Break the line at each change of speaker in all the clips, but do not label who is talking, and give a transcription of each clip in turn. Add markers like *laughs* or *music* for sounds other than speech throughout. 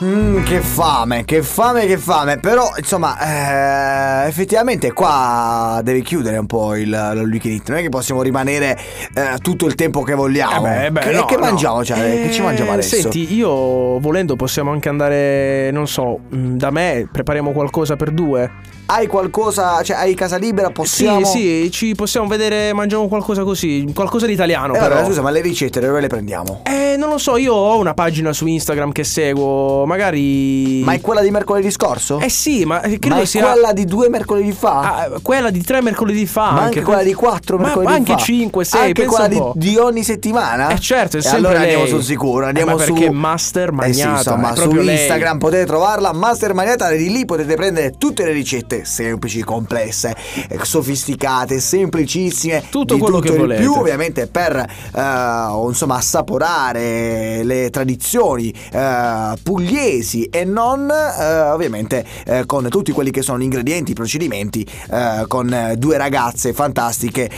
Mmm, che fame, che fame, che fame. Però, insomma, eh, effettivamente qua devi chiudere un po' il, il weekend. Non è che possiamo rimanere eh, tutto il tempo che vogliamo.
Eh beh, beh,
che,
no,
che
no.
mangiamo? Cioè, che ci mangiamo
Eh,
adesso?
Senti, io volendo possiamo anche andare, non so, mh, da me, prepariamo qualcosa per due.
Hai qualcosa, cioè, hai casa libera? Possiamo.
Sì, sì, ci possiamo vedere, mangiamo qualcosa così, qualcosa di italiano
Eh,
però.
allora, scusa, ma le ricette dove le prendiamo?
Eh, non lo so, io ho una pagina su Instagram che seguo, magari...
Ma è quella di mercoledì scorso?
Eh sì, ma eh, credo
ma è
sia...
quella di due mercoledì fa?
Ah, quella di tre mercoledì fa.
ma anche quella di quattro
ma
mercoledì
anche
fa?
5, 6,
Anche
pensa
quella
un
di,
po'.
di ogni settimana?
Eh certo, è
E
sempre
allora andiamo
lei.
sul sicuro,
Eh,
andiamo
ma
su...
perché Master Magnata,
Eh sì,
è
insomma, su
proprio lei.
Instagram potete trovarla, Master Magnata, e di lì potete prendere tutte le ricette semplici, complesse, eh, sofisticate, semplicissime.
Tutto
di
quello
tutto
che
e di
volete.
più, ovviamente per, eh, insomma, assaporare le tradizioni eh, pugliesi e non, eh, ovviamente, eh, con tutti quelli che sono gli ingredienti, i procedimenti, eh, con eh, due ragazze fantastiche. eh,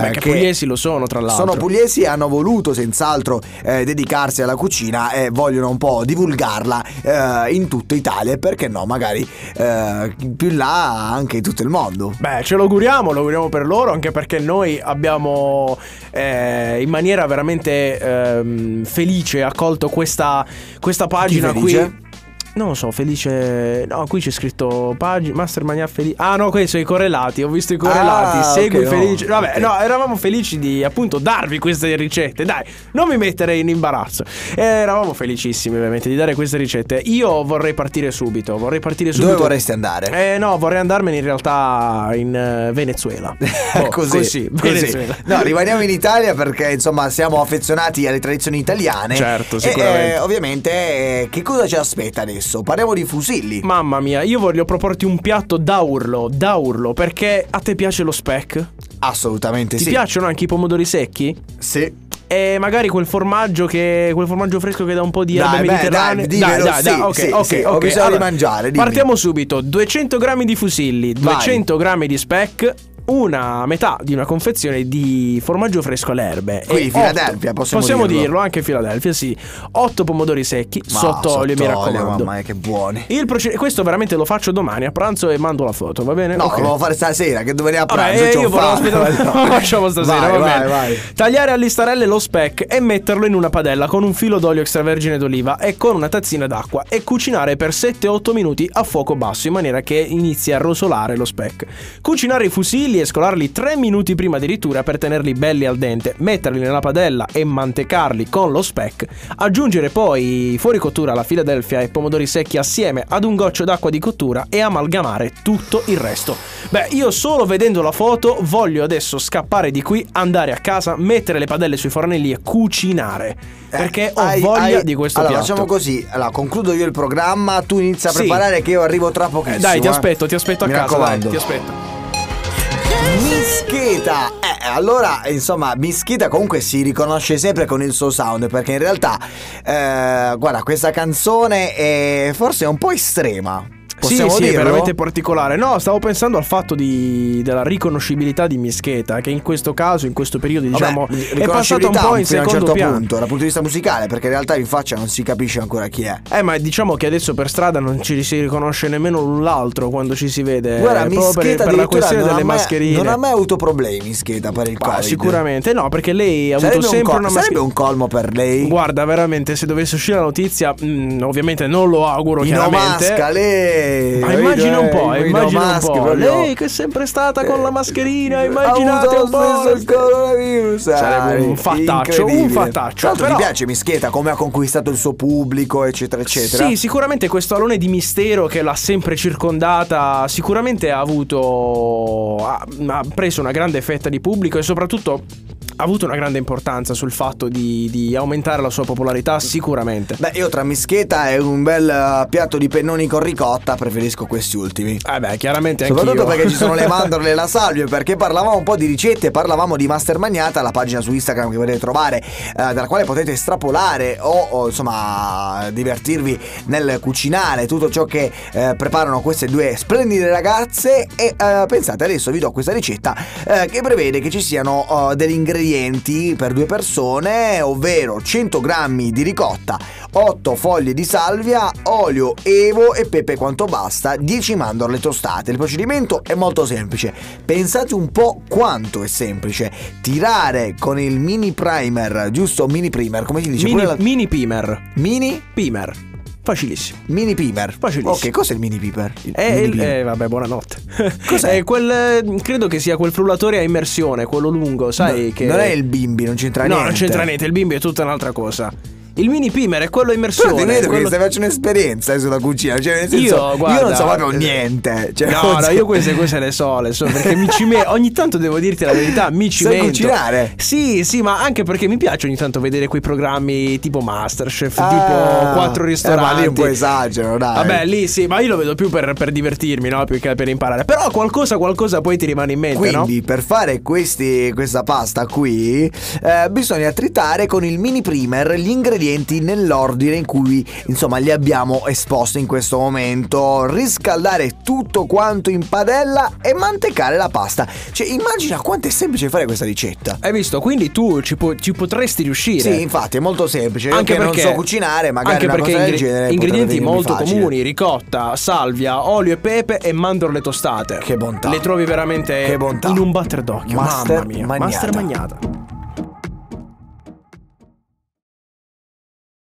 Beh, che, pugliesi lo sono, tra l'altro.
sono pugliesi e hanno voluto senz'altro eh, dedicarsi alla cucina e vogliono un po' divulgarla eh, in tutta Italia e perché no, magari eh, più in là anche in tutto il mondo.
Beh, ce lo auguriamo, lo auguriamo per loro, anche perché noi abbiamo eh, in maniera veramente ehm, felice accolto questa, questa pagina
felice?
qui. Non lo so, felice. No, qui c'è scritto pagina Master Mania Felice. Ah, no, questi sono i correlati. Ho visto i correlati.
Ah,
segui
ok, no,
felice. Vabbè,
ok.
no, eravamo felici di appunto darvi queste ricette. Dai, non mi mettere in imbarazzo. Eh, eravamo felicissimi, ovviamente, di dare queste ricette. Io vorrei partire subito. Vorrei partire subito.
Dove vorresti andare?
Eh no, vorrei andarmene in realtà in eh,
*laughs*
Venezuela. Boh,
così.
Venezuela.
No, rimaniamo in Italia perché insomma siamo affezionati alle tradizioni italiane.
Certo,
E,
sicuramente.
eh, ovviamente, eh, che cosa ci aspetta adesso? Parliamo di fusilli.
Mamma mia, io voglio proporti un piatto da urlo, da urlo, perché a te piace lo spec?
Assolutamente
Ti
sì.
piacciono anche i pomodori secchi?
Sì.
E magari quel formaggio che quel formaggio fresco che dà un po' di erbe
Dai, beh,
mediterranee.
dai, dimmelo, sì,
ok,
sì,
ok,
sì, ho
ok.
bisogno di mangiare, dimmi.
Partiamo subito. 200 grammi di fusilli, 200 grammi di spec, una metà di una confezione di formaggio fresco alle erbe.
Quindi
E
Philadelphia,
otto-
possiamo dirlo.
anche Philadelphia, sì. 8 pomodori secchi
Ma
sotto olio, mi
sott'olio,
raccomando.
Mamma mia, che buoni.
Il proce- questo veramente lo faccio domani a pranzo e mando la foto, va bene?
No,
Ok.
lo devo fare stasera, che dovete a
Vabbè,
pranzo.
eh,
c'ho
io volevo
fame.
*laughs* aspettare.
*laughs*
Lo facciamo stasera.
Vai,
va
vai,
bene.
vai.
Tagliare a listarelle lo spec e metterlo in una padella con un filo d'olio extravergine d'oliva e con una tazzina d'acqua e cucinare per 7-8 minuti a fuoco basso in maniera che inizi a rosolare lo spec. Cucinare i fusilli e scolarli 3 minuti prima addirittura per tenerli belli al dente, metterli nella padella e mantecarli con lo spec. Aggiungere poi fuori cottura la Philadelphia e pomodori secchi assieme ad un goccio d'acqua di cottura e amalgamare tutto il resto. Beh, io solo vedendo la foto voglio adesso scappare di qui, andare a casa, mettere le padelle sui fornelli e cucinare. Perché ho
Eh, Hai-
voglia
hai-
di questo
allora,
piatto.
facciamo così. Allora, concludo io il programma, tu inizi a
Sì.
preparare che io arrivo tra pochissimo.
Eh, dai, ti
eh.
aspetto, ti aspetto a
Mi
casa, dai,
raccomando.
ti aspetto.
Mischeta! Eh, allora, insomma, Mischeta comunque si riconosce sempre con il suo sound, perché in realtà, eh, guarda, questa canzone è forse un po' estrema. Possiamo
sì, sì, è
dirlo?
veramente particolare. No, stavo pensando al fatto di- della riconoscibilità di Mischeta, che in questo caso, in questo periodo, diciamo,
Vabbè,
è passata un
riconoscibilità
po' in
fino a un
secondo
certo
piano.
punto dal punto di vista musicale, perché in realtà in faccia non si capisce ancora chi è.
Eh, ma diciamo che adesso per strada non ci si riconosce nemmeno l'un l'altro quando ci si vede.
Guarda,
eh,
Mischeta
proprio per, per la
addirittura
questione
non ha
delle
mai-
mascherine.
Non ha mai avuto problemi Mischeta per il
Ma
Covid.
sicuramente no, perché lei ha
Sarebbe,
avuto
un,
sempre
col-
una
sarebbe
mascherina.
un colmo per lei.
Guarda, veramente, se dovesse uscire la notizia, mm, ovviamente non lo auguro, chiaramente.
Inomasca lei.
Ma
capito,
immagina un
eh?
po',
Ino
immagina un
Musk,
po'.
proprio.
Lei che è sempre stata con la mascherina,
Eh,
immaginate
ha
un
avuto lo
po'.
stesso il coronavirus.
Sarebbe un
Ah,
fattaccio,
incredibile.
un fattaccio,
Tra l'altro
però-
mi piace Mischeta come ha conquistato il suo pubblico, eccetera, eccetera.
Sì, sicuramente questo alone di mistero che l'ha sempre circondata, sicuramente ha avuto. ha, ha preso una grande fetta di pubblico e soprattutto ha avuto una grande importanza sul fatto di, di aumentare la sua popolarità, sicuramente.
Beh, io tra Mischeta e un bel eh, piatto di pennoni con ricotta preferisco questi ultimi.
Eh beh, chiaramente anche
Soprattutto perché ci
*laughs*
sono le mandorle e la salvia, perché parlavamo un po' di ricette, parlavamo di Master Magnata, la pagina su Instagram che potete trovare, eh, dalla quale potete strapolare o, o, insomma divertirvi nel cucinare tutto ciò che eh, preparano queste due splendide ragazze e eh, pensate adesso vi do questa ricetta eh, che prevede che ci siano eh, degli ingredienti nutrienti per due persone, ovvero 100 grammi di ricotta, 8 foglie di salvia, olio, evo e pepe quanto basta, 10 mandorle tostate. Il procedimento è molto semplice. Pensate un po' quanto è semplice. Tirare con il mini primer, giusto? Mini primer, come si dice?
mini,
Pure la-
mini pimer.
mini?
Pimer. Facilissimo.
Mini primer.
Facilissimo.
Ok, cos'è il mini piper? Il
Eh,
mini
il-
primer.
eh, vabbè, *laughs* buonanotte.
Cos'è?
Eh, quel, eh, credo che sia quel frullatore a immersione, quello lungo, sai
No,
che...
Non è il bimbi, non c'entra
No,
niente.
non c'entra niente, il bimbi è tutta un'altra cosa. Il mini pimer è quello a
Però ti
immersione.
vedo che
quello-
stai facendo un'esperienza eh, sulla cucina. Cioè, nel senso,
Io, guarda, eh,
non so proprio niente. Cioè, *laughs*
no,
non
no,
so-
io queste cose le so, le so perché mi ci me- ogni tanto devo dirti la verità, mi ci
Sai
metto.
cucinare?
Sì, sì, ma anche perché mi piace ogni tanto vedere quei programmi tipo Masterchef,
Ah,
tipo quattro
eh,
ristoranti.
ma lì un po' esagero, dai.
Vabbè, lì sì, ma io lo vedo più per, per divertirmi, no? Più che per imparare. Però qualcosa, qualcosa poi ti rimane in mente, no?
Quindi per fare questi- questa pasta qui eh, bisogna tritare con il mini primer gli ingredienti nell'ordine in cui insomma li abbiamo esposti in questo momento, riscaldare tutto quanto in padella e mantecare la pasta. Cioè immagina quanto è semplice fare questa ricetta.
Hai visto? Quindi tu ci, pu- ci potresti riuscire.
Sì, infatti è molto semplice. Io
Anche
che
perché
non so cucinare, magari
anche
una
perché
cosa del
ingre-
genere potrebbe
ingredienti
venirmi
molto
facile.
comuni: ricotta, salvia, olio e pepe e mandorle tostate.
Che bontà.
Le trovi veramente
Che bontà.
in un batter d'occhio.
Master
Mamma mia,
magnata.
master magnata.